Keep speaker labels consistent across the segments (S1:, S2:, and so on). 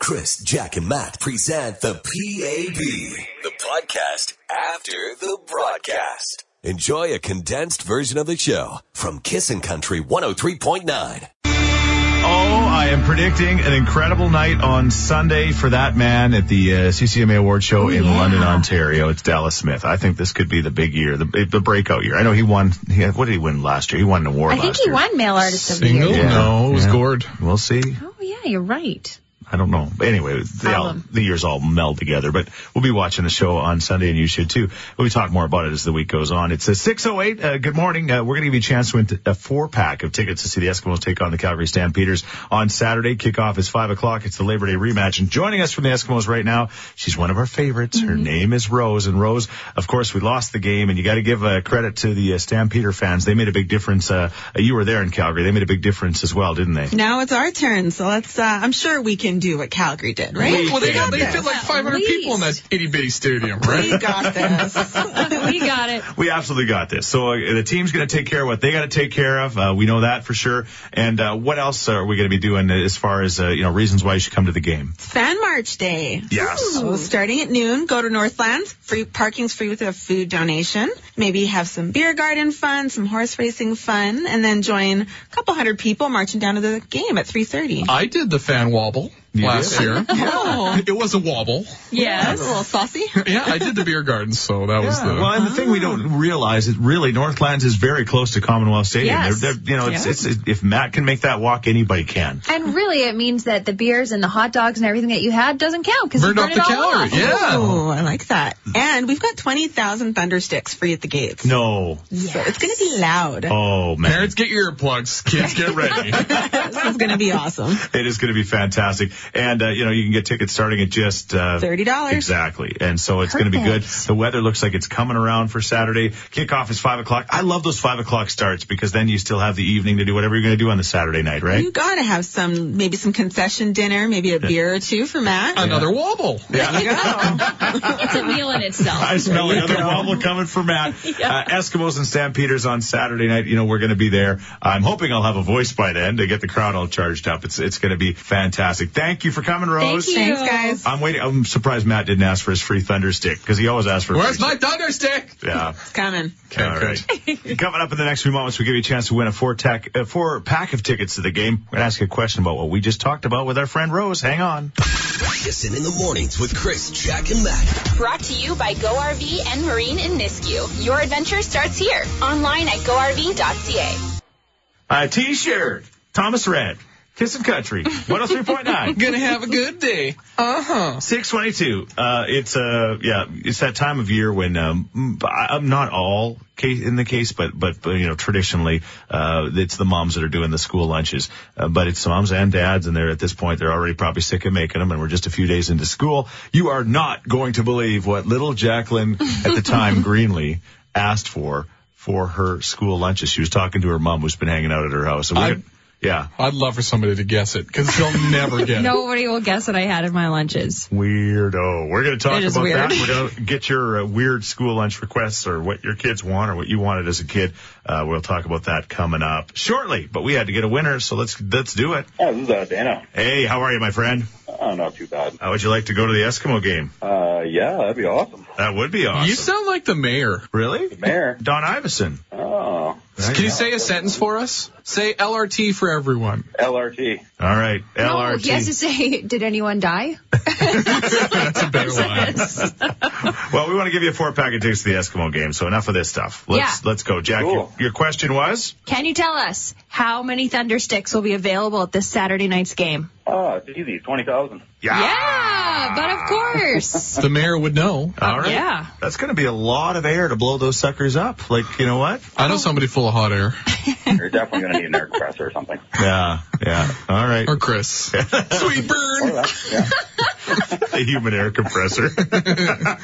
S1: Chris, Jack, and Matt present the PAB, the podcast after the broadcast. Enjoy a condensed version of the show from Kissin' Country 103.9.
S2: Oh, I am predicting an incredible night on Sunday for that man at the uh, CCMA Award
S3: Oh,
S2: Show in London, Ontario. It's Dallas Smith. I the- this could be the big year, the, the breakout year. I know he won. He had, what did he win last year? He won an award.
S3: I think
S2: last
S3: he
S2: year.
S3: won Male Artist of the
S4: Single?
S3: Year.
S4: Yeah. No, it was Gord.
S2: We'll see.
S3: Oh yeah, you're right.
S2: I don't know. But anyway, they all,
S3: Album.
S2: the years all meld together. But we'll be watching the show on Sunday, and you should too. We'll talk more about it as the week goes on. It's a 608. Uh, good morning. Uh, we're going to give you a chance to win t- a four pack of tickets to see the Eskimos take on the Calgary Stampeders on Saturday. Kickoff is 5 o'clock. It's the Labor Day rematch. And joining us from the Eskimos right now, she's one of our favorites. Her name is Rose. And Rose, of course, we lost the game, and you got to give uh, credit to the uh, Stampeder fans. They made a big difference. Uh, you were there in Calgary. They made a big difference as well, didn't they?
S5: Now it's our turn, so let's. Uh, I'm sure we can do what Calgary did, right?
S4: Well, they got they
S5: Yeah.
S4: fit like 500 people in that itty bitty stadium,
S5: We
S4: right?
S5: got this.
S3: we got it.
S2: We absolutely got this. So uh, the team's going to take care of what they got to take care of. Uh, we know that for sure. And uh, what else are we going to be doing as far as uh, you know reasons why you should come to the game?
S5: It's Fan March Day.
S2: Yes.
S5: So starting at noon, go to Northlands. Free parking's free with a food donation. Maybe have some beer garden fun, some horse racing fun, and then join a couple hundred people marching down to the game at 3:30.
S4: I did the fan wobble
S2: You
S4: last
S2: did?
S4: year.
S5: Oh,
S4: It was a wobble.
S5: that's a
S3: Yes.
S5: little saucy.
S4: Yeah, I did the beer garden, so that was
S2: Yeah,
S4: the.
S2: well, and the thing we don't realize is really Northlands is very close to Commonwealth Stadium.
S3: Yes.
S2: They're, they're, you know, it's, it's, if Matt can make that walk, anybody can.
S3: And really, it means that the beers and the hot dogs and everything that you had doesn't count because you
S4: Burned
S3: burned
S4: off
S3: it
S4: the
S3: all
S4: calories.
S3: off.
S4: Yeah.
S5: Oh, I like that. And we've got 20,000 thundersticks free at the gates.
S2: No.
S5: So it's gonna be loud.
S2: Oh man.
S4: Parents get your earplugs. Kids get ready.
S5: This is gonna be awesome.
S2: It is going to be fantastic. And, uh, you know, you can get tickets starting at just uh,
S5: $30.
S2: Exactly. And so it's going to be good.
S3: Perfect.
S2: The weather looks like it's coming around for Saturday. Kickoff is 5 o'clock. I love those 5 o'clock starts because then you still have the evening to do whatever you're going to do on the Saturday night, right?
S5: You gotta have some, maybe some concession dinner, maybe a beer or two for Matt.
S4: Another wobble.
S5: There you go.
S3: It's a meal in
S2: I
S3: itself.
S2: smell another wobble coming from Matt. Uh, Eskimos and Stampeders on Saturday night. You know, we're going to be there. I'm hoping I'll have a voice by then to get the crowd all charged up. It's it's going to be fantastic. Thank you for coming, Rose.
S3: Thank you.
S5: Thanks, guys.
S2: I'm waiting. I'm surprised Matt didn't ask for his free thunder stick because he always asks for. a
S4: Where's
S2: free
S4: my thunder stick?
S2: stick. Yeah.
S5: It's coming.
S4: Okay,
S2: All
S4: good.
S2: right. Coming up in the next few moments, we give you a chance to win a four, tack, uh, four pack of tickets to the game. We're going to ask you a question about what we just talked about with our friend Rose. Hang on.
S1: Kissin' in the mornings with Chris, Jack, and Matt.
S6: Brought to you by Go RV and Marine in Nisku. Your adventure starts here. Online at GoRV.ca.
S2: A T-shirt. Thomas Red. Kissin' Country. 103.9.
S4: Gonna have a good day.
S2: 622. Uh, it's, uh, yeah, it's that time of year when, um, I- I'm not all case in the case, but, but, but, you know, traditionally, uh, it's the moms that are doing the school lunches. Uh, but it's moms and dads, and they're at this point, they're already probably sick of making them, and we're just a few days into school. You are not going to believe what little Jacqueline, at the time, Greenlee, asked for, for her school lunches. She was talking to her mom who's been hanging out at her house. And we're
S4: I-
S2: gonna- yeah.
S4: I'd love for somebody to guess it because they'll never get it.
S3: Nobody will guess what I had in my lunches.
S2: Weirdo. We're going to talk
S5: It is
S2: about
S5: weird.
S2: that. We're going to get your uh, weird school lunch requests or what your kids want or what you wanted as a kid. Uh, we'll talk about that coming up shortly. But we had to get a winner, so let's let's do it.
S7: Oh, this is uh, Dano.
S2: Hey, how are you, my friend?
S7: Oh, not too bad.
S2: How would you like to go to the Eskimo game?
S7: Uh, yeah, that'd be awesome.
S2: That would be awesome.
S4: You sound like the mayor.
S2: really?
S7: Mayor.
S2: Don Iverson.
S7: Oh,
S2: Right?
S4: Can you say a sentence for us? Say LRT for everyone.
S7: LRT.
S2: All right,
S3: No,
S2: LRT.
S3: he has to say, did anyone die?
S4: That's a better line.
S2: Well, we want to give you a four pack of tickets to the Eskimo game, so enough of this stuff. Let's
S3: Yeah.
S2: let's go, Jack.
S7: Cool.
S2: Your, your question was?
S3: Can you tell us how many thunder sticks will be available at this Saturday night's game?
S7: Oh, it's easy. 20,000.
S2: Yeah.
S3: Yeah, but of course.
S4: The mayor would know.
S2: All right.
S3: Yeah.
S2: That's going to be a lot of air to blow those suckers up. Like, you know what?
S4: I know somebody full of hot air.
S7: You're definitely going to need an air compressor or something.
S2: Yeah, yeah. All right.
S4: Or Chris. Sweet
S7: Or
S4: bird.
S7: that. Yeah.
S2: the human air compressor.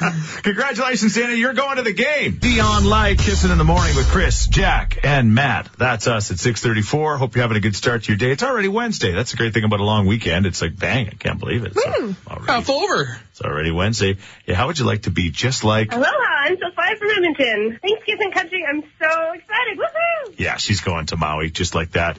S2: Congratulations, Danny. You're going to the game. Beyond Light, kissing in the morning with Chris, Jack, and Matt. That's us at 634. Hope you're having a good start to your day. It's already Wednesday. That's the great thing about a long weekend. It's like, bang, I can't believe it. It's already,
S4: Half over.
S2: it's already Wednesday. Yeah, how would you like to be just like
S8: Aloha, I'm Sophia from Edmonton. Thanks, Kids and Country. I'm so excited. Woohoo!
S2: Yeah, she's going to Maui just like that.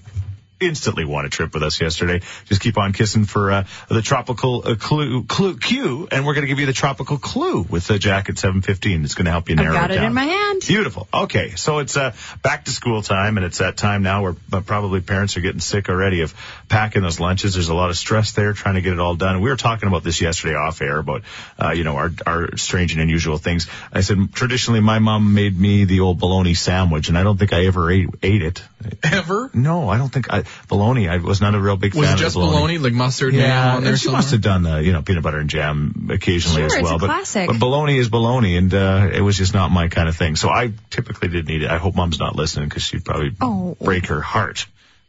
S2: instantly want a trip with us yesterday. Just keep on kissing for uh, the tropical uh, clue, clue cue, and we're going to give you the tropical clue with the jack at 7:15. It's going to help you narrow
S3: I've got it
S2: down.
S3: in my hand.
S2: Beautiful. Okay, so it's uh, back to school time, and it's that time now where uh, probably parents are getting sick already of packing those lunches. There's a lot of stress there trying to get it all done. We were talking about this yesterday off air about uh, you know our our strange and unusual things. I said traditionally my mom made me the old bologna sandwich, and I don't think I ever ate ate it.
S4: Ever?
S2: No, I don't think I bologna. I was not a real big
S4: Was
S2: fan
S4: it just
S2: of bologna.
S4: bologna, like mustard and jam
S2: Yeah,
S4: on there
S2: and she must
S4: somewhere?
S2: have done the you know peanut butter and jam occasionally
S3: Sure,
S2: as
S3: it's
S2: well.
S3: a
S2: but
S3: classic.
S2: but bologna is bologna, and uh, it was just not my kind of thing. So I typically didn't eat it. I hope mom's not listening because she'd probably
S3: Oh.
S2: break her heart.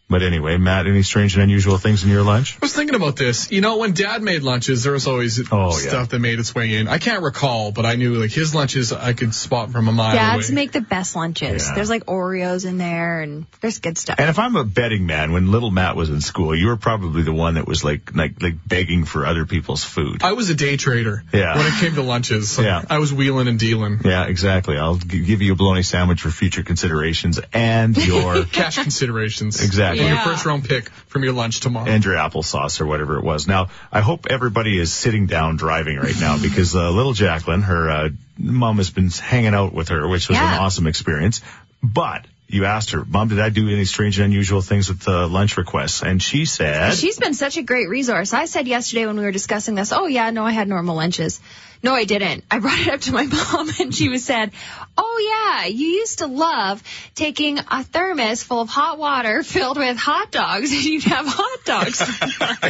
S2: But anyway, Matt, any strange and unusual things in your lunch?
S4: I was thinking about this. You know, when Dad made lunches, there was always
S2: Oh, yeah.
S4: stuff that made its way in. I can't recall, but I knew like his lunches I could spot from a mile
S3: Dads
S4: away.
S3: make the best lunches.
S2: Yeah.
S3: There's like Oreos in there, and there's good stuff.
S2: And if I'm a betting man, when little Matt was in school, you were probably the one that was like like like begging for other people's food.
S4: I was a day trader.
S2: Yeah.
S4: When it came to lunches, So
S2: Yeah.
S4: I was wheeling and dealing.
S2: yeah, exactly. I'll g- give you a bologna sandwich for future considerations and your
S4: Cash considerations.
S2: Exactly.
S4: Your
S5: Yeah.
S4: first round pick from your lunch tomorrow.
S2: and your applesauce or whatever it was. Now, I hope everybody is sitting down driving right now because uh, little Jacqueline, her uh, mom has been hanging out with her, which was
S3: Yeah.
S2: an awesome experience. But you asked her, Mom, did I do any strange and unusual things with the lunch requests? And she said,
S3: She's been such a great resource. I said yesterday when we were discussing this, oh yeah, no, I had normal lunches. No, I didn't. I brought it up to my mom and she was said, oh yeah, you used to love taking a thermos full of hot water filled with hot dogs and you'd have hot dogs for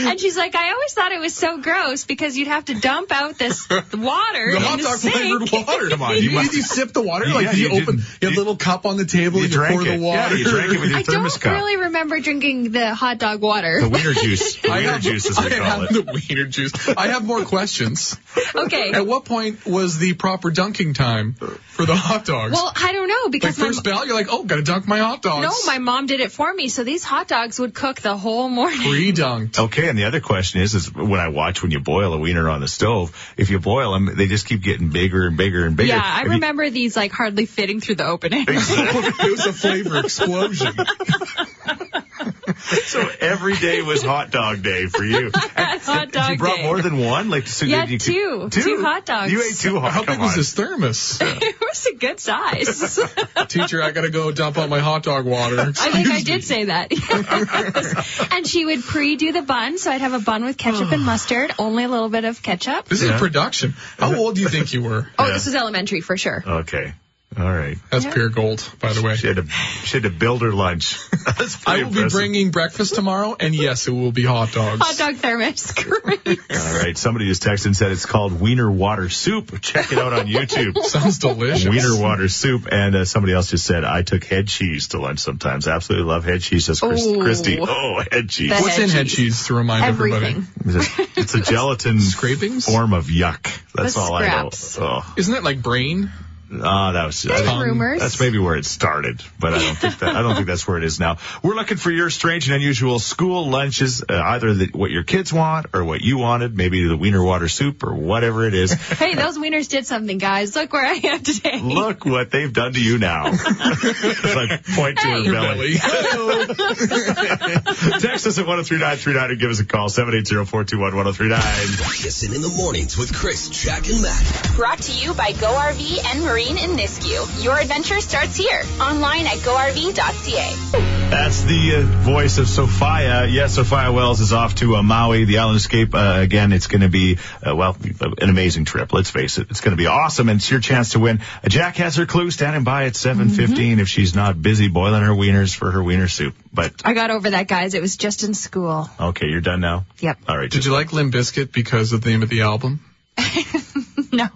S3: lunch. and she's like, I always thought it was so gross because you'd have to dump out this water
S4: the
S3: in
S4: hot
S3: the
S4: dog
S3: sink.
S4: flavored water.
S2: Come on, you must-
S4: you sip the water
S2: Yeah,
S4: like you,
S2: you did-
S4: open your
S2: you-
S4: little cup on the table
S2: you
S4: and you
S2: drank
S4: pour the
S2: it.
S4: water.
S2: Yeah, you drank it with your
S3: I
S2: thermos
S3: don't
S2: cup.
S3: really remember drinking the hot dog water.
S2: the wiener juice, the
S4: I
S2: wiener
S4: have,
S2: juice as
S4: I
S2: they call
S4: have
S2: it.
S4: the wiener juice. I have more questions.
S3: Okay.
S4: At what point was the proper dunking time for the hot dogs?
S3: Well, I don't know
S4: like
S3: because my
S4: first bell, you're like, oh, gotta dunk my hot dogs.
S3: No, my mom did it for me. So these hot dogs would cook the whole morning.
S4: pre-dunked.
S2: Okay, and the other question is, is when I watch when you boil a wiener on the stove, if you boil them, they just keep getting bigger and bigger and bigger.
S3: Yeah, I
S2: If you-
S3: remember these like hardly fitting through the opening.
S4: it was a flavor explosion.
S2: so every day was hot dog day for you.
S3: That's hot dog
S2: She brought
S3: day.
S2: more than one, like so
S3: Yeah,
S2: that you
S3: two.
S2: Could,
S3: Two hot dogs.
S2: You ate two hot.
S4: How
S2: Oh, come
S4: big was
S2: on.
S4: this thermos?
S3: it was a good size.
S4: Teacher, I gotta go dump out my hot dog water.
S3: I think I
S4: Excuse me.
S3: did say that. Yes. And she would pre do the bun, so I'd have a bun with ketchup
S2: Oh.
S3: and mustard, only a little bit of ketchup.
S4: This is
S2: Yeah.
S4: production. How old do you think you were?
S3: Oh, this was elementary for sure.
S2: Okay. All right.
S4: That's
S3: Yeah.
S4: pure gold, by the way.
S2: She had to she had to build her lunch. That's pretty
S4: I will be
S2: impressive.
S4: bringing breakfast tomorrow, and yes, it will be hot dogs.
S3: Hot dog thermos, great.
S2: All right. Somebody just texted and said it's called Wiener Water Soup. Check it out on YouTube.
S4: Sounds delicious.
S2: Wiener water soup, and uh, somebody else just said I took head cheese to lunch sometimes. Absolutely love head cheese. Says Chris,
S3: Ooh.
S2: Christy. Oh, head cheese.
S3: That-
S4: What's in head cheese to remind everybody?
S3: Everything.
S2: It's a- It's a gelatin
S4: Scrapings?
S2: form of yuck. That's
S3: The
S2: all
S3: scraps.
S2: I know. Oh,
S4: Isn't it like brain?
S2: Ah, that was. I
S3: There's
S2: think-
S3: rumors.
S2: That's maybe where it started, but I don't think that I don't think that's where it is now. We're looking for your strange and unusual school lunches, uh, either the, what your kids want or what you wanted, maybe the wiener water soup or whatever it is.
S3: hey, those wieners did something, guys. Look where I am today.
S2: Look what they've done to you now. As I point to her
S4: Your
S2: belly.
S4: belly. Hello.
S2: Text us at 103939 and give us a call 780-421-1039.
S1: Kissing in the mornings with Chris, Jack, and Matt.
S6: Brought to you by GoRV and Marine in Nisku. Your adventure starts here. Online at GoRV.ca.
S2: That's the uh, voice of Sophia. Yes, Sophia Wells is off to uh, Maui, the island escape. Uh, again, it's going to be, uh, well, an amazing trip. Let's face it. It's going to be awesome, and it's your chance to win. Uh, Jack has her clue standing by at 7.15
S3: Mm-hmm.
S2: if she's not busy boiling her wieners for her wiener soup. But,
S3: I got over that, guys. It was just in school.
S2: okay, you're done now?
S3: Yep.
S2: All right.
S4: Did you like Limp Biscuit because of the name of the album?
S3: No.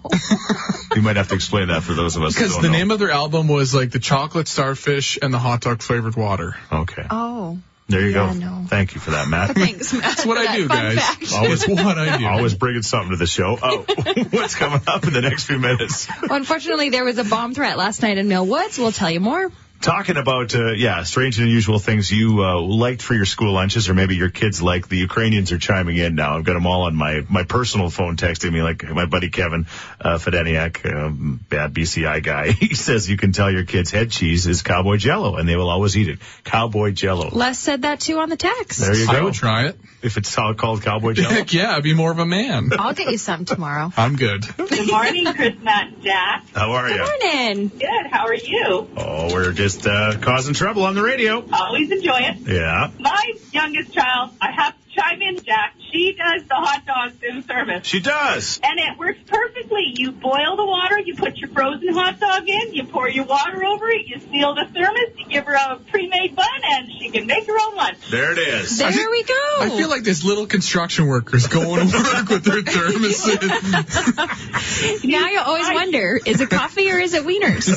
S2: you might have to explain that for those of us
S4: Because
S2: that
S4: the
S2: don't
S4: name
S2: know.
S4: of their album was like the chocolate starfish and the hot dog flavored water.
S2: Okay.
S3: Oh.
S2: there you go.
S3: yeah, no.
S2: Thank you for that, Matt.
S3: Thanks, Matt.
S4: That's what I do, guys. Always what I do.
S2: Always bringing something to the show. Oh, what's coming up in the next few minutes?
S3: Well, unfortunately, there was a bomb threat last night in Mill Woods. We'll tell you more.
S2: Talking about, uh, yeah, strange and unusual things you uh, liked for your school lunches, or maybe your kids like. The Ukrainians are chiming in now. I've got them all on my, my personal phone texting me, like my buddy Kevin uh, Fedeniak, um, bad BCI guy. He says you can tell your kids head cheese is cowboy jello, and they will always eat it. Cowboy jello.
S3: Les said that too on the text.
S2: There you
S4: I
S2: go.
S4: would try it.
S2: If it's all called cowboy jello.
S4: Heck yeah, I'd be more of a man.
S3: I'll get you some tomorrow.
S4: I'm good.
S8: Good morning, Chris, Matt, Jack.
S2: How are you?
S3: Morning.
S8: Good. How are you?
S2: Oh, we're just uh, causing trouble on the radio.
S8: Always enjoy it.
S2: Yeah.
S8: My youngest child, I have to chime in, Jack. She does the hot dogs in service.
S2: She does.
S8: And it works perfectly. You boil the water, you put your frozen hot dog in, you pour your water over it, you seal the thermos, you give her a pre-made bun, and she can make her own lunch.
S2: There it is.
S3: There
S4: feel-
S3: we go.
S4: I feel like this little construction worker's going to work with their thermos.
S3: now you always wonder, is it coffee or is it wieners?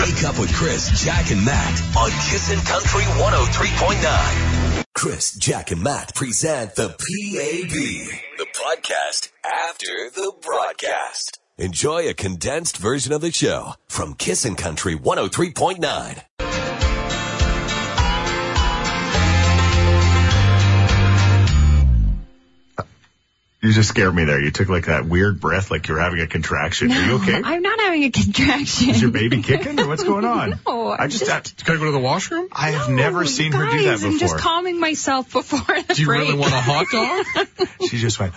S1: Wake up with Chris, Jack, and Matt on Kissin' Country 103.9. Chris, Jack, and Matt present the PAB, the podcast after the broadcast. Enjoy a condensed version of the show from Kissin' Country 103.9.
S2: You just scared me there. You took like that weird breath, like you're having a contraction. Are you okay?
S3: I'm not having a contraction.
S2: Is your baby kicking, or what's going on?
S3: No,
S2: I
S3: I'm
S2: just,
S3: just-
S4: Can I go to the washroom?
S2: I, I have never
S3: Oh,
S2: seen
S3: guys,
S2: her do that
S3: I'm just
S2: before.
S3: calming myself before the
S4: Do you
S3: break.
S4: really want a hot dog?
S2: she just went.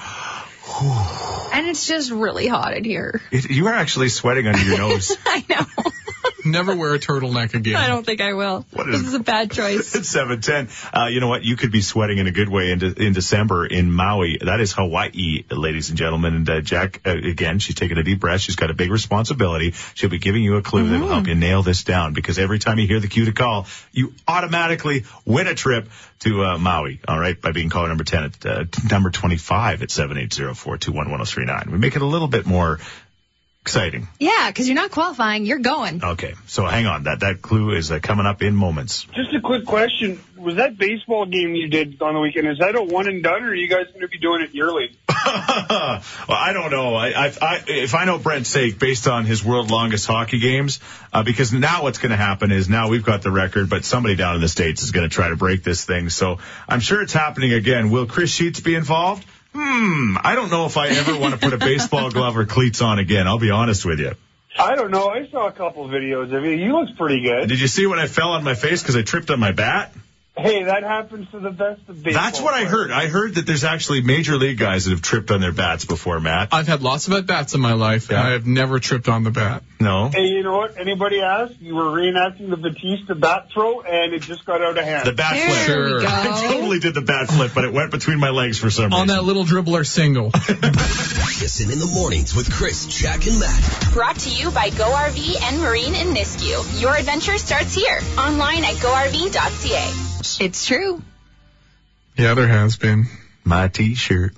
S3: and it's just really hot in here.
S2: It, you are actually sweating under your nose.
S3: I know.
S4: Never wear a turtleneck again.
S3: I don't think I will.
S2: What is-
S3: this is a bad choice.
S2: It's seven ten. Uh, you know what? You could be sweating in a good way in, de- in December in Maui. That is Hawaii, ladies and gentlemen. And uh, Jack, uh, again, she's taking a deep breath. She's got a big responsibility. She'll be giving you a clue that will help you nail this down because every time you hear the cue to call, you automatically win a trip to uh, Maui. All right, by being caller number ten at uh, number twenty five at seven eight zero four two one one zero three nine. We make it a little bit more exciting.
S3: Yeah, because you're not qualifying. You're going.
S2: Okay, so hang on. That that clue is uh, coming up in moments.
S9: Just a quick question. Was that baseball game you did on the weekend, is that a one and done, or are you guys going to be doing it yearly?
S2: well, I don't know. I, I, I, if I know Brent Sake based on his world longest hockey games, uh, because now what's going to happen is now we've got the record, but somebody down in the States is going to try to break this thing. So I'm sure it's happening again. Will Chris Sheets be involved? Hmm. I don't know if I ever want to put a baseball glove or cleats on again. I'll be honest with you.
S9: I don't know. I saw a couple videos of you. You look pretty good.
S2: Did you see when I fell on my face because I tripped on my bat?
S9: Hey, that happens to the best of baseball.
S2: That's what I
S9: players.
S2: heard. I heard that there's actually major league guys that have tripped on their bats before, Matt.
S4: I've had lots of at bats in my life, and
S2: Yeah.
S4: I have never tripped on the bat.
S2: No.
S9: Hey, you know what? Anybody asked? You were reenacting the Batista bat throw, and it just got out of hand.
S2: The bat
S3: There
S2: flip.
S4: Sure.
S3: we go.
S2: I totally did the bat flip, but it went between my legs for some
S4: On
S2: reason.
S4: that little dribbler single.
S1: Kissin' in the mornings with Chris, Jack, and Matt.
S6: Brought to you by Go RV and Marine in Nisku. Your adventure starts here. Online at GoRV.ca.
S3: It's true.
S4: yeah, there has been.
S2: my t-shirt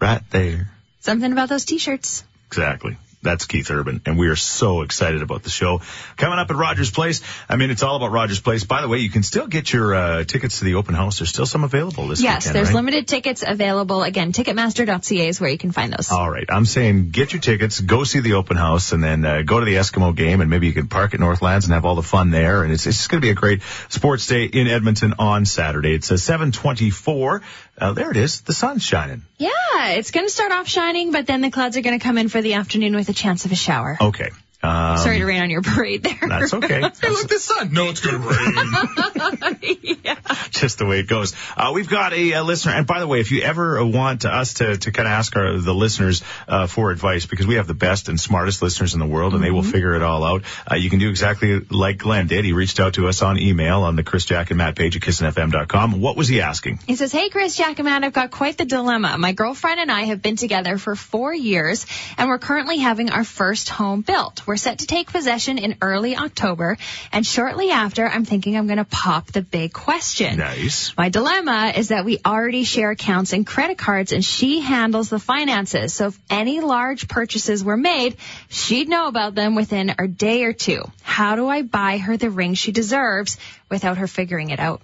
S2: right there.
S3: Something about those t-shirts.
S2: Exactly. That's Keith Urban, and we are so excited about the show coming up at Rogers Place. I mean, it's all about Rogers Place. By the way, you can still get your uh, tickets to the open house. There's still some available this
S3: Yes,
S2: weekend.
S3: there's
S2: right?
S3: limited tickets available. Again, ticketmaster.ca is where you can find those.
S2: All right. I'm saying get your tickets, go see the open house, and then uh, go to the Eskimo game, and maybe you can park at Northlands and have all the fun there. And it's, it's just going to be a great sports day in Edmonton on Saturday. It's a 724. Uh, there it is. The sun's shining.
S3: Yeah, it's going to start off shining, but then the clouds are going to come in for the afternoon with a chance of a shower.
S2: Okay. Um,
S3: Sorry to rain on your parade there.
S2: That's okay.
S4: Hey, look, the sun. No, it's going to rain.
S2: just the way it goes. Uh, we've got a, uh listener, and by the way, if you ever uh, want us to, to kind of ask our, the listeners uh, for advice, because we have the best and smartest listeners in the world, and they
S3: Mm-hmm.
S2: will figure it all out. Uh, you can do exactly like Glenn did. He reached out to us on email on the Chris Jack and Matt page at kissinfm.com. What was he asking?
S3: He says, Hey, Chris Jackaman, I've got quite the dilemma. My girlfriend and I have been together for four years and we're currently having our first home built. We're set to take possession in early October. And shortly after, I'm thinking I'm going to pop the big question.
S2: Nice.
S3: My dilemma is that we already share accounts and credit cards and she handles the finances. So if any large purchases were made, she'd know about them within a day or two. How do I buy her the ring she deserves without her figuring it out?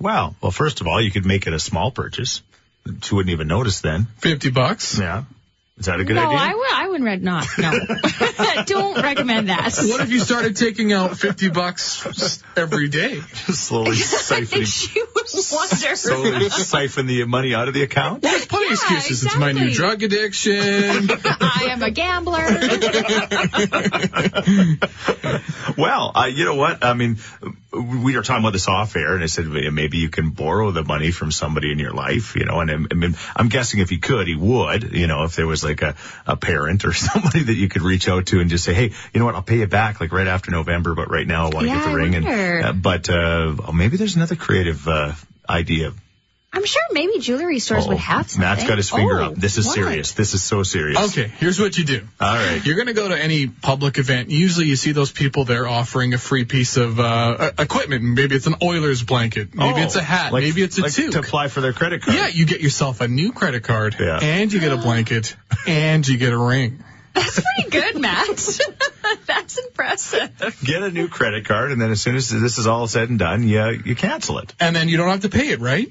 S2: Wow. Well, first of all, you could make it a small purchase. She wouldn't even notice then.
S4: 50 bucks.
S2: Yeah. Is that a good
S3: no,
S2: idea?
S3: I, w- I would read not. No. Don't recommend that.
S4: What if you started taking out 50 bucks every day?
S2: Just slowly
S3: I think
S2: siphoning,
S3: she would wonder.
S2: slowly siphon the money out of the account.
S4: There's plenty of
S3: Yeah,
S4: excuses. It's my new
S3: exactly.
S4: drug addiction.
S3: I am a gambler.
S2: Well, uh, you know what? I mean, we were talking about this off air, and I said "Well, maybe you can borrow the money from somebody in your life, you know. And I'm- I mean, I'm guessing if he could, he would, you know, if there was like a, a parent or somebody that you could reach out to and just say, hey, you know what? I'll pay you back like right after November, but right now I want to
S3: Yeah,
S2: get the
S3: I
S2: ring.
S3: wonder.
S2: And uh, but uh, oh, maybe there's another creative uh, idea.
S3: I'm sure maybe jewelry stores would have something.
S2: Oh, Matt's got his finger
S3: Oh,
S2: up. This is
S3: what?
S2: serious. This is so serious.
S4: Okay, here's what you do.
S2: All right.
S4: You're going to go to any public event. Usually you see those people there offering a free piece of uh, e- equipment. Maybe it's an Oilers blanket. Maybe
S2: Oh,
S4: it's a hat.
S2: like-
S4: maybe it's a
S2: like
S4: toque.
S2: to apply for their credit card.
S4: yeah, you get yourself a new credit card,
S2: Yeah.
S4: and you get a blanket, and you get a ring.
S3: That's pretty good, Matt. That's impressive.
S2: get a new credit card, and then as soon as this is all said and done, you you cancel it.
S4: And then you don't have to pay it, right?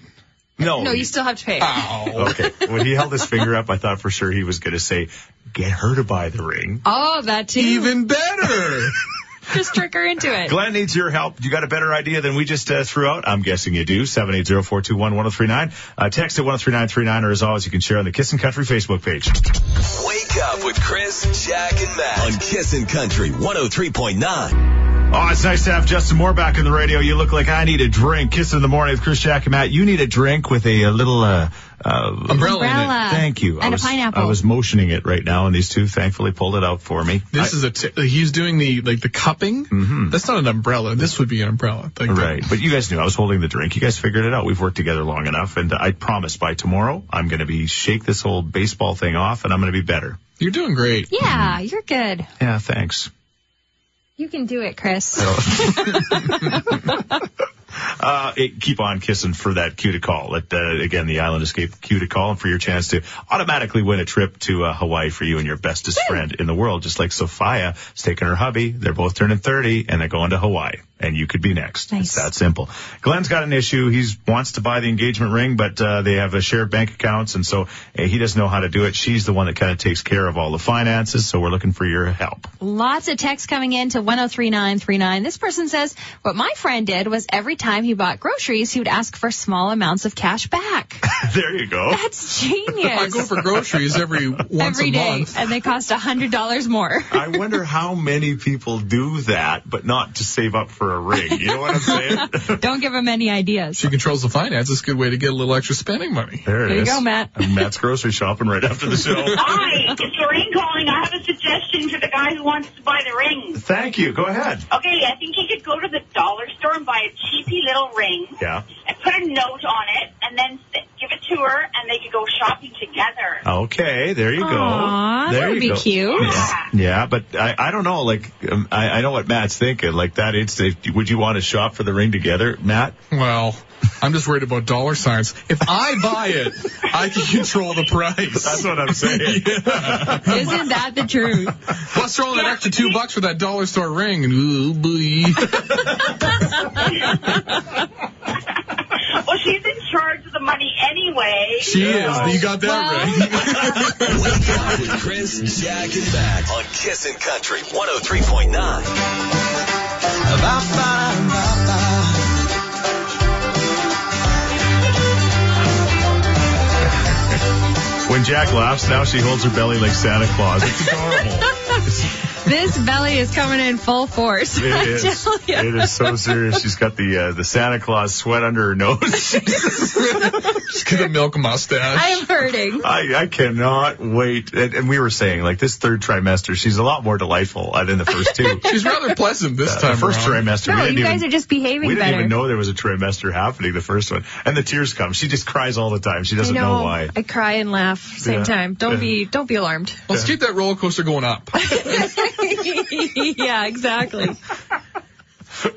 S2: No.
S3: No, you still have to
S2: Ah.
S3: pay.
S4: Oh.
S2: okay. When he held his finger up, I thought for sure he was going to say, "Get her to buy the ring."
S3: Oh, that too.
S4: Even better.
S3: Just trick her into it.
S2: Glenn needs your help. You got a better idea than we just uh, threw out? I'm guessing you do. 780-421-1039. Uh, text at 103939, or as always, you can share on the Kissin' Country Facebook page.
S1: Wake up with Chris, Jack, and Matt on Kissin' Country 103.9.
S2: Oh, it's nice to have Justin Moore back on the radio. You look like I need a drink. Kiss in the morning with Chris Jack and Matt. You need a drink with a, uh little uh, uh,
S4: Umbrella. In it.
S3: Umbrella.
S2: Thank you. I
S3: And
S2: was,
S3: a pineapple.
S2: I was motioning it right now, and these two thankfully pulled it out for me.
S4: This is a t- he's doing the like the cupping. Mm-hmm. That's not an umbrella. This would be an umbrella. Like the-
S2: Right, but you guys knew I was holding the drink. You guys figured it out. We've worked together long enough, and I promise by tomorrow I'm going to be shake this whole baseball thing off, and I'm going to be better.
S4: You're doing great.
S3: Yeah, you're good.
S2: Yeah, thanks.
S3: You can do it, Chris.
S2: Uh, it, keep on kissing for that cue to call. At, uh, again, the Island Escape cue to call, and for your chance to automatically win a trip to uh, Hawaii for you and your bestest friend in the world. Just like Sophia is taking her hubby, they're both turning 30, and they're going to Hawaii. And you could be next. It's
S3: Nice.
S2: that simple. Glenn's got an issue. He wants to buy the engagement ring, but uh, they have a shared bank accounts, and so uh, he doesn't know how to do it. She's the one that kind of takes care of all the finances, so we're looking for your help.
S3: Lots of texts coming in to 103939. This person says, what my friend did was every time he bought groceries, he would ask for small amounts of cash back.
S2: there you go.
S3: That's
S4: I go
S3: genius.
S4: for groceries every once
S3: Every
S4: a
S3: day,
S4: month.
S3: and they cost a hundred dollars more.
S2: I wonder how many people do that, but not to save up for a ring. You know what I'm saying?
S3: Don't give him any ideas.
S4: She controls the finance. It's a good way to get a little extra spending money.
S2: There it
S3: There you
S2: is.
S3: go, Matt.
S2: Matt's grocery shopping right after the show.
S8: Hi, it's Lorraine calling. I have a suggestion for the guy who wants to buy the ring.
S2: Thank you. Go ahead.
S8: Okay, I think he could go to the dollar store and buy a cheapy little ring
S2: Yeah.
S8: and put a note on it and then s- give it to her and they could go shopping together.
S4: Oh.
S2: Okay, there you go.
S3: Aw,
S2: there
S3: that would
S2: you
S3: be
S2: go.
S3: cute.
S2: Yeah, yeah, but I, I don't know. Like, um, I, I know what Matt's thinking. Like that, it's if, would you want to shop for the ring together, Matt?
S4: Well, I'm just worried about dollar signs. If I buy it, I can control the
S2: That's
S4: price.
S2: what I'm saying.
S3: Isn't that the truth?
S4: Plus, throw in an extra two bucks for that dollar store ring. and Ooh, boy.
S8: Well, she's in charge of the money anyway.
S4: She is. You got that
S3: Well-
S4: right.
S1: Wake up with Chris, Jack, and Matt on Kissin' Country 103.9.
S2: when Jack laughs, now she holds her belly like Santa Claus. It's adorable.
S3: This belly is coming in full force. I
S2: It is.
S3: tell ya.
S2: It is so serious. She's got the uh, the Santa Claus sweat under her nose.
S4: Just get a milk mustache.
S3: I am hurting.
S2: I, I cannot wait. And, and we were saying like this third trimester, she's a lot more delightful uh, than the first two.
S4: She's rather pleasant this
S2: Uh,
S4: time.
S2: the first
S4: around.
S2: trimester,
S3: No,
S2: we didn't
S3: you guys
S2: even.
S3: are just behaving
S2: we didn't
S3: better.
S2: even know there was a trimester happening the first one, and the tears come. She just cries all the time. She doesn't
S3: I
S2: know. why.
S3: I cry and laugh same
S2: Yeah.
S3: time. Don't
S2: Yeah.
S3: be don't be alarmed.
S4: Let's keep that roller coaster going up.
S3: yeah, exactly.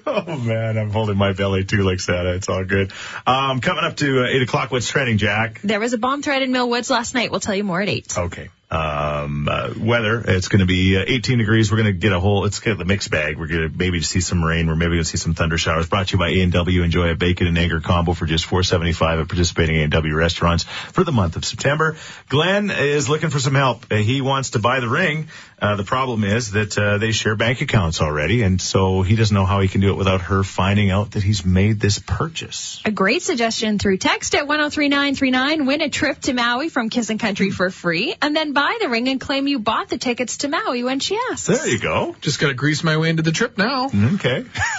S2: Oh man, I'm holding my belly too, like Santa. It's all good. Um, coming up to uh, eight o'clock. What's trending, Jack?
S3: There was a bomb threat in Mill Woods last night. We'll tell you more at eight.
S2: Okay. Um, uh, weather, it's going to be uh, 18 degrees. We're going to get a whole, it's kind of the mixed bag. We're going to maybe see some rain. We're maybe going to see some thunder showers. Brought to you by A&W. Enjoy a bacon and egg or combo for just 475 at participating A&W restaurants for the month of September. Glenn is looking for some help. Uh, He wants to buy the ring. Uh, the problem is that uh, they share bank accounts already, and so he doesn't know how he can do it without her finding out that he's made this purchase.
S3: A great suggestion through text at 103939. Win a trip to Maui from Kissin' Country for free, and then buy the ring and claim you bought the tickets to Maui when she asks.
S2: There you go.
S4: Just gotta grease my way into the trip now.
S2: Okay.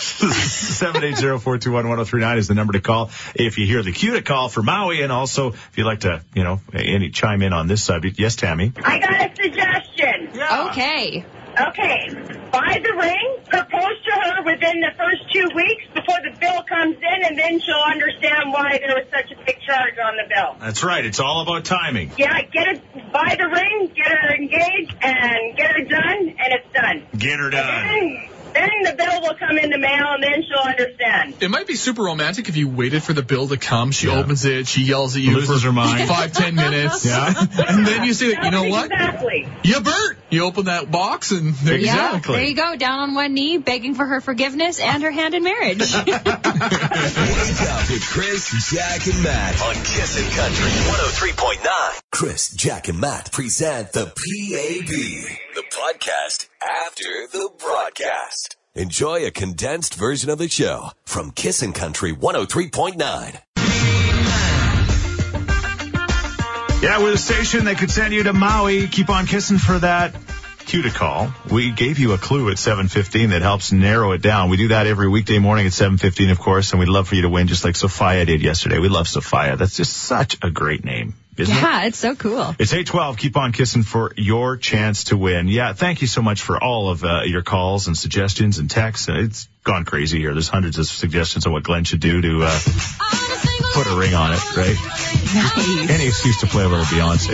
S2: 780-421-1039 is the number to call if you hear the cue to call for Maui. And also, if you'd like to, you know, any chime in on this subject. Yes, Tammy.
S8: I got a suggestion.
S3: Okay.
S8: Okay, buy the ring, propose to her within the first two weeks before the bill comes in, and then she'll understand why there was such a big charge on the bill.
S2: That's right. It's all about timing.
S8: Yeah, get it, buy the ring, get her engaged, and get her done, and it's done.
S2: Get her done.
S8: Then, then the bill will come in the mail, and then she'll understand.
S4: It might be super romantic if you waited for the bill to come. She
S2: Yeah.
S4: opens it, she yells at you
S2: Loses
S4: for
S2: her mind.
S4: five, ten minutes.
S2: Yeah.
S4: And then you say, you know what?
S8: Exactly.
S4: You burnt. You open that box and there you
S3: Yeah,
S4: go.
S2: Exactly.
S3: there you go. Down on one knee, begging for her forgiveness and her hand in marriage.
S1: Wake up with Chris, Jack, and Matt on Kissin' Country 103.9. Chris, Jack, and Matt present the PAB, the podcast after the broadcast. Enjoy a condensed version of the show from Kissin' Country 103.9.
S2: Yeah, we're the station that could send you to Maui. Keep on kissing for that cue to call. We gave you a clue at 7.15 that helps narrow it down. We do that every weekday morning at 7.15, of course, and we'd love for you to win just like Sophia did yesterday. We love Sophia. That's just such a great name, isn't it?
S3: yeah, it's so cool.
S2: It's 812. Keep on kissing for your chance to win. Yeah, thank you so much for all of uh, your calls and suggestions and texts. Uh, It's gone crazy here. There's hundreds of suggestions on what Glenn should do to uh, put a ring on it, right? Any excuse to play a little Beyonce.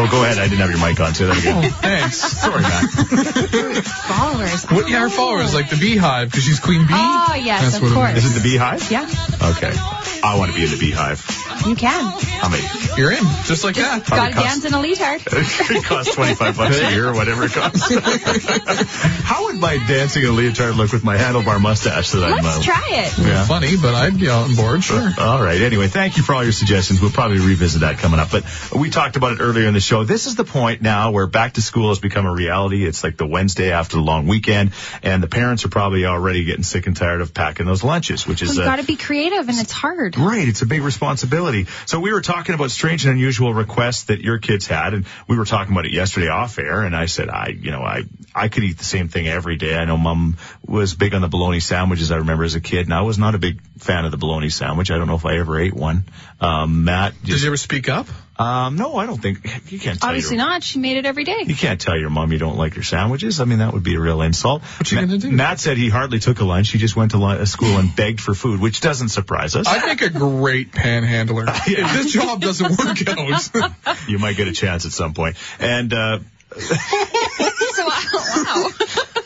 S2: Oh, go ahead. I didn't have your mic on. Say that again.
S4: Oh, Thanks. Sorry, Matt.
S3: Followers.
S4: What, yeah, our followers like the beehive because she's Queen Bee.
S3: Oh, yes,
S4: That's
S3: of
S4: what it
S3: course.
S2: Is it the beehive?
S3: Yeah,
S2: Okay. I want to be in the beehive.
S3: you can.
S2: I mean,
S4: You're in, just like that.
S3: Got a
S2: cost-
S3: gans and a leotard.
S2: it costs 25 bucks a year or whatever it costs. How would my dancing in a leotard look with my handlebar mustache that I'm uh,
S3: Let's try it.
S2: Yeah. Uh,
S4: Funny, but I'd be on board, sure.
S2: All right. Anyway, thank you for all your suggestions. We'll probably revisit that coming up. But we talked about it earlier in the show. This is the point now where back to school has become a reality. It's like the Wednesday after the long weekend, and the parents are probably already getting sick and tired of packing those lunches, which is
S3: We've
S2: uh,
S3: got to be creative, and it's hard.
S2: Right, it's a big responsibility. So we were talking about strange and unusual requests that your kids had, and we were talking about it yesterday off air. And I said, I, you know, I, I could eat the same thing every day. I know Mom was big on the bologna sandwiches. I remember as a kid, and I was not a big fan of the bologna sandwich. I don't know if I ever ate one. Um, Matt,
S4: Did
S2: just,
S4: you ever speak up?
S2: um, no, I don't think you can't. Tell
S3: Obviously
S2: your,
S3: not. She made it every day.
S2: You can't tell your mom you don't like your sandwiches. I mean, that would be a real insult. What
S4: you gonna do?
S2: Matt said he hardly took a lunch. He just went to li- school and begged for food, which doesn't surprise us.
S4: I'd make a great panhandler. If this job doesn't work out,
S2: you might get a chance at some point. And uh,
S3: So, wow.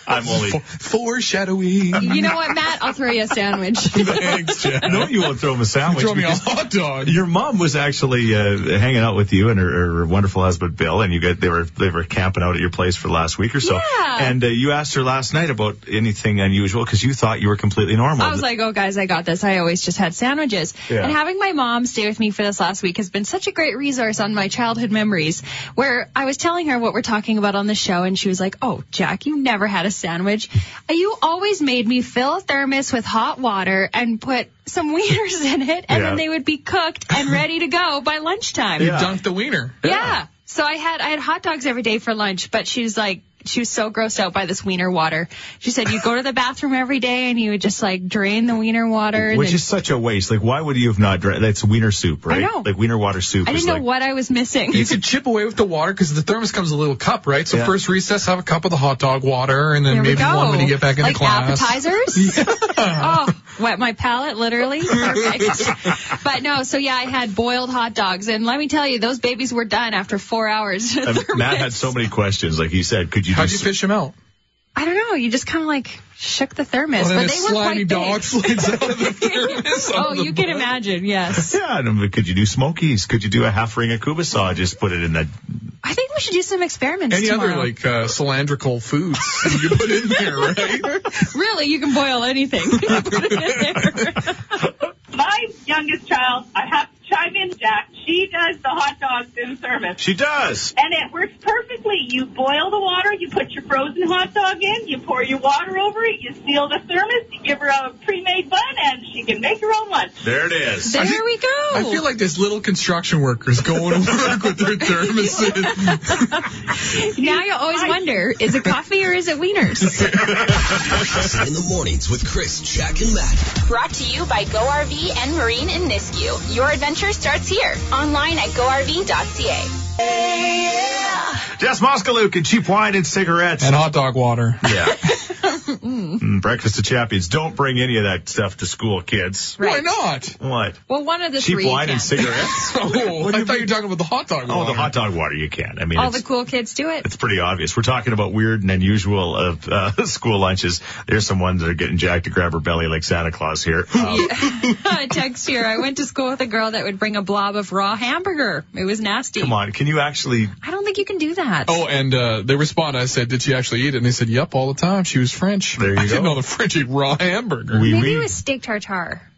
S2: I'm only.
S4: foreshadowing.
S3: You know what, Matt? I'll throw you a sandwich.
S4: Thanks, Jeff.
S2: No, you won't throw him a sandwich.
S4: Throw me a
S2: because
S4: hot dog.
S2: Your mom was actually uh, hanging out with you and her, her wonderful husband Bill, and you got they were they were camping out at your place for the last week or so.
S3: Yeah.
S2: And uh, you asked her last night about anything unusual because you thought you were completely normal.
S3: I was like, oh, guys, I got this. I always just had sandwiches.
S2: Yeah.
S3: And having my mom stay with me for this last week has been such a great resource on my childhood memories where I was telling her what we're talking about on the show, and she was like, oh, Jack, you never had a sandwich. You always made me fill a thermos with hot water and put some wieners in it, and
S2: Yeah.
S3: then they would be cooked and ready to go by lunchtime.
S2: Yeah.
S4: Dunk the wiener.
S3: Yeah. So I had I had hot dogs every day for lunch, but she was like she was so grossed out by this wiener water. She said you go to the bathroom every day and you would just like drain the wiener water. and
S2: which
S3: then-
S2: is such a waste. Like, why would you have not? Dra- that's wiener soup, right?
S3: know.
S2: Like wiener water soup.
S3: I
S2: is
S3: didn't know
S2: like,
S3: what I was missing.
S4: You could chip away with the water because the thermos comes in a little cup, right? So
S2: Yeah.
S4: first recess, have a cup of the hot dog water, and then
S3: There we
S4: maybe
S3: go.
S4: one when you get back into
S3: like
S4: class.
S3: appetizers. oh, wet my palate literally. Perfect. but no, so yeah, I had boiled hot dogs, and let me tell you, those babies were done after four hours.
S2: And Matt had so many questions. Like he said, could you
S4: How'd
S2: do
S4: you
S2: s-
S4: fish him out?
S3: I don't know. You just kind of like shook the thermos,
S4: And then
S3: but
S4: a
S3: they were quite
S4: slimy
S3: big.
S4: dog slides out of the thermos.
S3: Oh,
S4: on the
S3: you can
S4: bun.
S3: imagine. Yes.
S2: Yeah, I don't know, could you do Smokies? Could you do a half ring of Kubasaw? Just put it in that.
S3: I think we should do some experiments
S4: Any
S3: tomorrow.
S4: other like uh, cylindrical foods you put in there, right?
S3: really, you can boil anything. You put it in there.
S8: My youngest child, I have to chime in, Jack. She does the hot dogs in thermos.
S2: She does.
S8: And it works perfectly. You boil the water, you put your frozen hot dog in, you pour your water over it, you seal the thermos, you give her a pre-made bun, and she can make her own lunch.
S2: There it is.
S3: There
S4: I feel-
S3: we go.
S4: I feel like there's little construction workers going to work with their thermoses.
S3: now you always wonder: is it coffee or is it wieners?
S1: In the mornings with Chris, Jack, and Matt.
S6: Brought to you by GoRV and Marine in Nisku. Your adventure starts here. Online at GoRV.ca.
S2: Jess Moskaluk and cheap wine and cigarettes.
S4: and hot dog water.
S2: yeah. Mm, Breakfast of Champions. Don't bring any of that stuff to school, kids.
S4: Why not?
S2: What?
S3: well, one of the
S2: Cheap
S3: three.
S2: wine
S3: can.
S2: and cigarettes?
S4: Oh,
S2: What do
S4: I
S2: you
S4: thought you
S2: mean?
S4: were talking about the hot dog
S2: Oh,
S4: water.
S2: the hot dog water you can. I mean,
S3: All
S2: it's,
S3: the cool kids do it.
S2: it's pretty obvious. We're talking about weird and unusual of uh, school lunches. There's some ones that are getting Jack to grab her belly like Santa Claus here. Um,
S3: A text here. I went to school with a girl that would bring a blob of raw hamburger. It was nasty.
S2: Come on, can you actually?
S3: I don't think you can do that.
S4: Oh, and uh, they responded. I said, "Did she actually eat it?" And they said, "Yep, all the time. She was French."
S2: There you
S4: I
S2: go.
S4: didn't know the French eat raw hamburger.
S2: We
S3: Maybe
S2: we-
S3: it was steak tartare.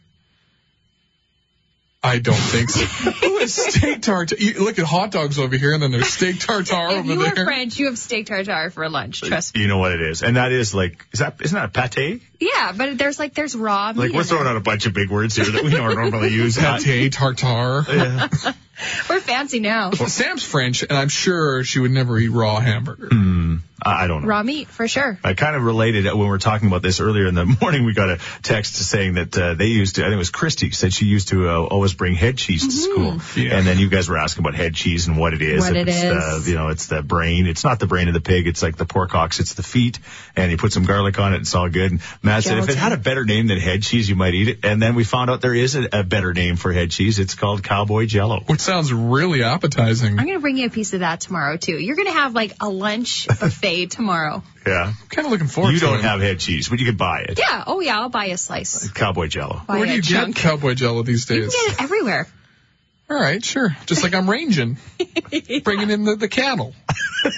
S4: I don't think so. Who has steak tartare? You look at hot dogs over here, and then there's steak tartare
S3: If
S4: over
S3: you are
S4: there.
S3: French, you have steak tartare for lunch. Trust me.
S2: You know what it is, and that is like is that isn't that a pate?
S3: Yeah, but there's like there's raw
S2: Like
S3: meat.
S2: we're
S3: in there.
S2: throwing out a bunch of big words here that we don't normally use. Not-
S4: Pate tartare.
S2: yeah.
S3: We're fancy now.
S4: Sam's French, and I'm sure she would never eat raw hamburger.
S2: Hmm. I I don't know.
S3: Raw meat for sure.
S2: I kind of related it when we were talking about this earlier in the morning. We got a text saying that uh, they used to, I think it was Christy, said she used to uh, always bring head cheese to school.
S4: Yeah.
S2: And then you guys were asking about head cheese and what it is.
S3: Mm-hmm.
S2: If
S3: What it
S2: it's
S3: is.
S2: The, you know, it's the brain. It's not the brain of the pig. It's like the pork ox. It's the feet. And you put some garlic on it. It's all good. And Matt said if it
S3: Gelatin.
S2: had a better name than head cheese, you might eat it. And then we found out there is a, a better name for head cheese. It's called cowboy jello.
S4: Which sounds really appetizing.
S3: I'm gonna bring you a piece of that tomorrow too. You're gonna have like a lunch buffet tomorrow.
S2: Yeah.
S4: kind of looking forward
S2: You
S4: to
S2: don't
S4: it.
S2: have head cheese, but you could buy it.
S3: Yeah. Oh yeah. I'll buy a slice.
S2: Cowboy jello.
S3: Buy
S4: Where
S3: a
S4: do you
S3: chunk.
S4: get cowboy jello these
S3: You
S4: days?
S3: can get it everywhere.
S4: All right, sure. Just like I'm ranging, bringing in the, the cattle.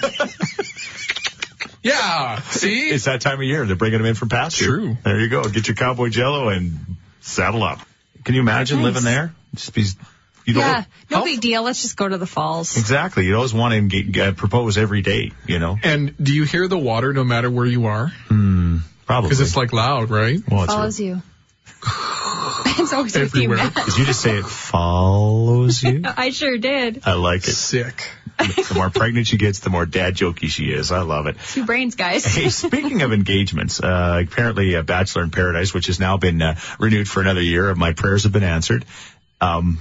S4: yeah, see?
S2: It's that time of year. They're bringing them in from pasture.
S4: True.
S2: There you go. Get your cowboy jello and saddle up. Can you imagine living there? Just be, you know,
S3: Yeah. No
S2: how-
S3: big deal. Let's just go to the falls.
S2: Exactly. You always want to engage, uh, propose every day. You know,
S4: and do you hear the water no matter where you are?
S2: probably.
S4: Because it's like loud, right?
S2: well, it's-
S3: Follows you. it's always with you,
S4: Everywhere.
S3: Matt.
S2: Did you just say it follows you?
S3: I sure did.
S2: I like it.
S4: Sick.
S2: The more pregnant she gets, the more dad jokey she is. I love it.
S3: Two brains, guys.
S2: Hey, speaking of engagements, uh, apparently uh, Bachelor in Paradise, which has now been uh, renewed for another year, my prayers have been answered. Um,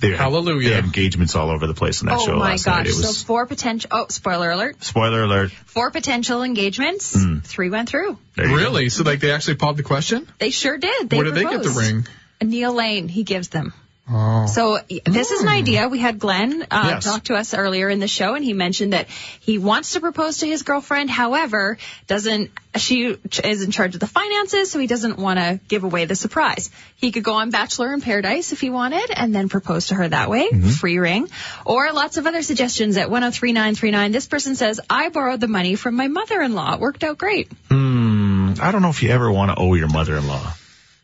S2: they had-
S4: Hallelujah.
S2: They had engagements all over the place in that show
S3: Oh my
S2: last night.
S3: gosh.
S2: It was
S3: So four potential. Oh, spoiler alert.
S2: spoiler alert.
S3: Four potential engagements.
S4: Hmm.
S3: Three went through.
S2: There you go.
S4: Really? So like they actually popped the question?
S3: They sure did. They
S4: where did they get the
S3: proposed.
S4: ring?
S3: Neil Lane. He gives them.
S4: Oh.
S3: So y- this is an idea. We had Glenn uh,
S2: Hmm. Yes.
S3: talk to us earlier in the show, and he mentioned that he wants to propose to his girlfriend. However, doesn't she ch- is in charge of the finances, so he doesn't want to give away the surprise. He could go on Bachelor in Paradise if he wanted, and then propose to her that way,
S2: Mm-hmm.
S3: free ring, or lots of other suggestions at 103939. This person says, "I borrowed the money from my mother-in-law. It worked out great."
S2: Hmm, I don't know if you ever want to owe your mother-in-law.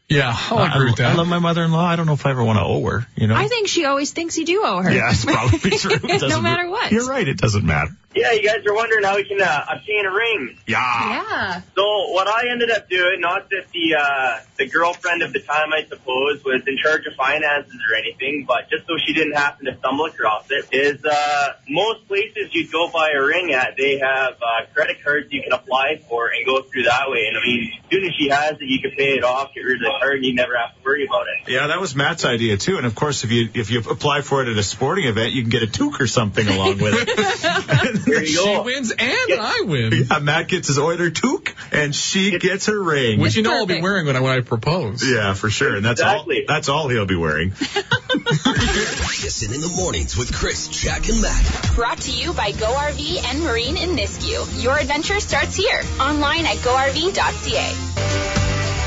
S4: Yeah, I'll agree with
S2: I,
S4: that.
S2: love Oh, my mother-in-law. I don't know if I ever want to owe her. You know.
S3: I think she always thinks you do owe her.
S2: yeah, it's probably true. It doesn't-
S3: matter what.
S2: You're right. It doesn't matter.
S9: Yeah, you guys are wondering how we can uh, obtain a ring.
S2: Yeah.
S3: Yeah.
S9: So what I ended up doing, not that the uh, the girlfriend of the time, I suppose, was in charge of finances or anything, but just so she didn't happen to stumble across it, is uh, most places you go buy a ring at, they have uh, credit cards you can apply for and go through that way. And I mean, as soon as she has it, you can pay it off, get rid of the card, and you never have to worry about it.
S2: Yeah, that was Matt's idea too. And of course, if you if you apply for it at a sporting event, you can get a toque or something along with it.
S9: There you
S4: She
S9: go.
S4: wins and I win.
S2: Yeah, Uh, Matt gets his Oiler toque, and she gets her ring.
S4: Which you know I'll be
S3: Perfect.
S4: wearing when I, when I propose.
S2: yeah, for sure, and that's
S9: Exactly.
S2: all. That's all he'll be wearing.
S1: Kissing in the mornings with Chris, Jack, and Matt.
S6: Brought to you by Go RV and Marine in Nisku. Your adventure starts here. Online at GoRV.ca.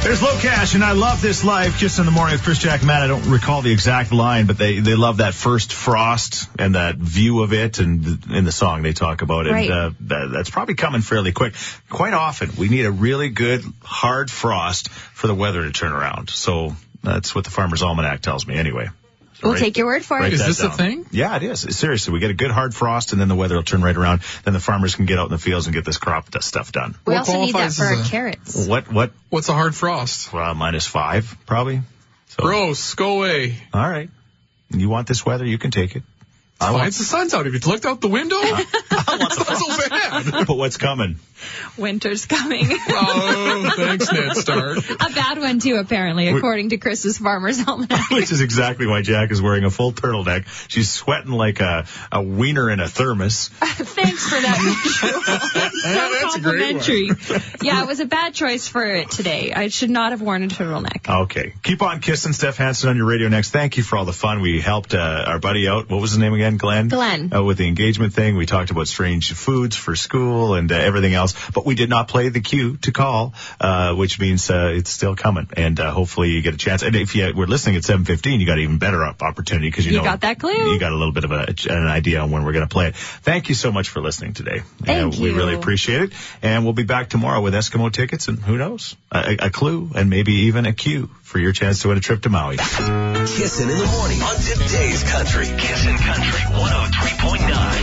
S2: There's Low Cash, and I love this life. Just in the morning with Chris Jack and Matt. I don't recall the exact line, but they, they love that first frost and that view of it, and th- in the song they talk about it.
S3: Right.
S2: Uh, that, that's probably coming fairly quick. Quite often, we need a really good hard frost for the weather to turn around. So that's what the Farmer's Almanac tells me, anyway.
S3: We'll
S2: Right.
S3: take your word for it.
S2: Write
S4: Is
S2: that
S4: this a
S2: down.
S4: thing?
S2: Yeah, it is. Seriously, we get a good hard frost, and then the weather will turn right around. Then the farmers can get out in the fields and get this crop d- stuff done.
S3: We
S4: What
S3: also need that
S4: qualifies
S3: for
S4: as
S3: our
S4: a-
S3: carrots.
S2: What? What?
S4: What's a hard frost?
S2: Uh, minus five, probably. So-
S4: Gross. Go away.
S2: All right. You want this weather? You can take it. I
S4: Why?
S2: want.
S4: It's the sun's out. If you looked out the window, it's not so bad.
S2: But what's coming?
S3: Winter's coming.
S4: Oh, thanks, Ned Stark.
S3: a bad one too, apparently, according to Chris's Farmer's Almanac.
S2: Which is exactly why Jack is wearing a full turtleneck. She's sweating like a, a wiener in a thermos.
S3: Thanks for that. visual. That's so
S4: That's a great one.
S3: complimentary. Yeah, it was a bad choice for today. I should not have worn a turtleneck.
S2: Okay. Keep on kissing Steph Hansen on your radio next. Thank you for all the fun. We helped uh, our buddy out. What was his name again? Glenn?
S3: Glenn.
S2: Uh, with the engagement thing. We talked about strange foods for school and uh, everything else. But we did not play the cue to call, uh, which means uh, it's still coming. And uh, hopefully you get a chance. And if you were listening at 7.15, you got an even better op- opportunity because you,
S3: You
S2: know
S3: got that clue.
S2: You got a little bit of a, an idea on when we're going to play it. Thank you so much for listening today.
S3: Thank
S2: Uh, We really
S3: you.
S2: appreciate appreciate it. And we'll be back tomorrow with Eskimo tickets and who knows, a, a clue and maybe even a cue for your chance to win a trip to Maui.
S8: oh
S1: Kissing in the morning on today's country. Kissing Country 103.9.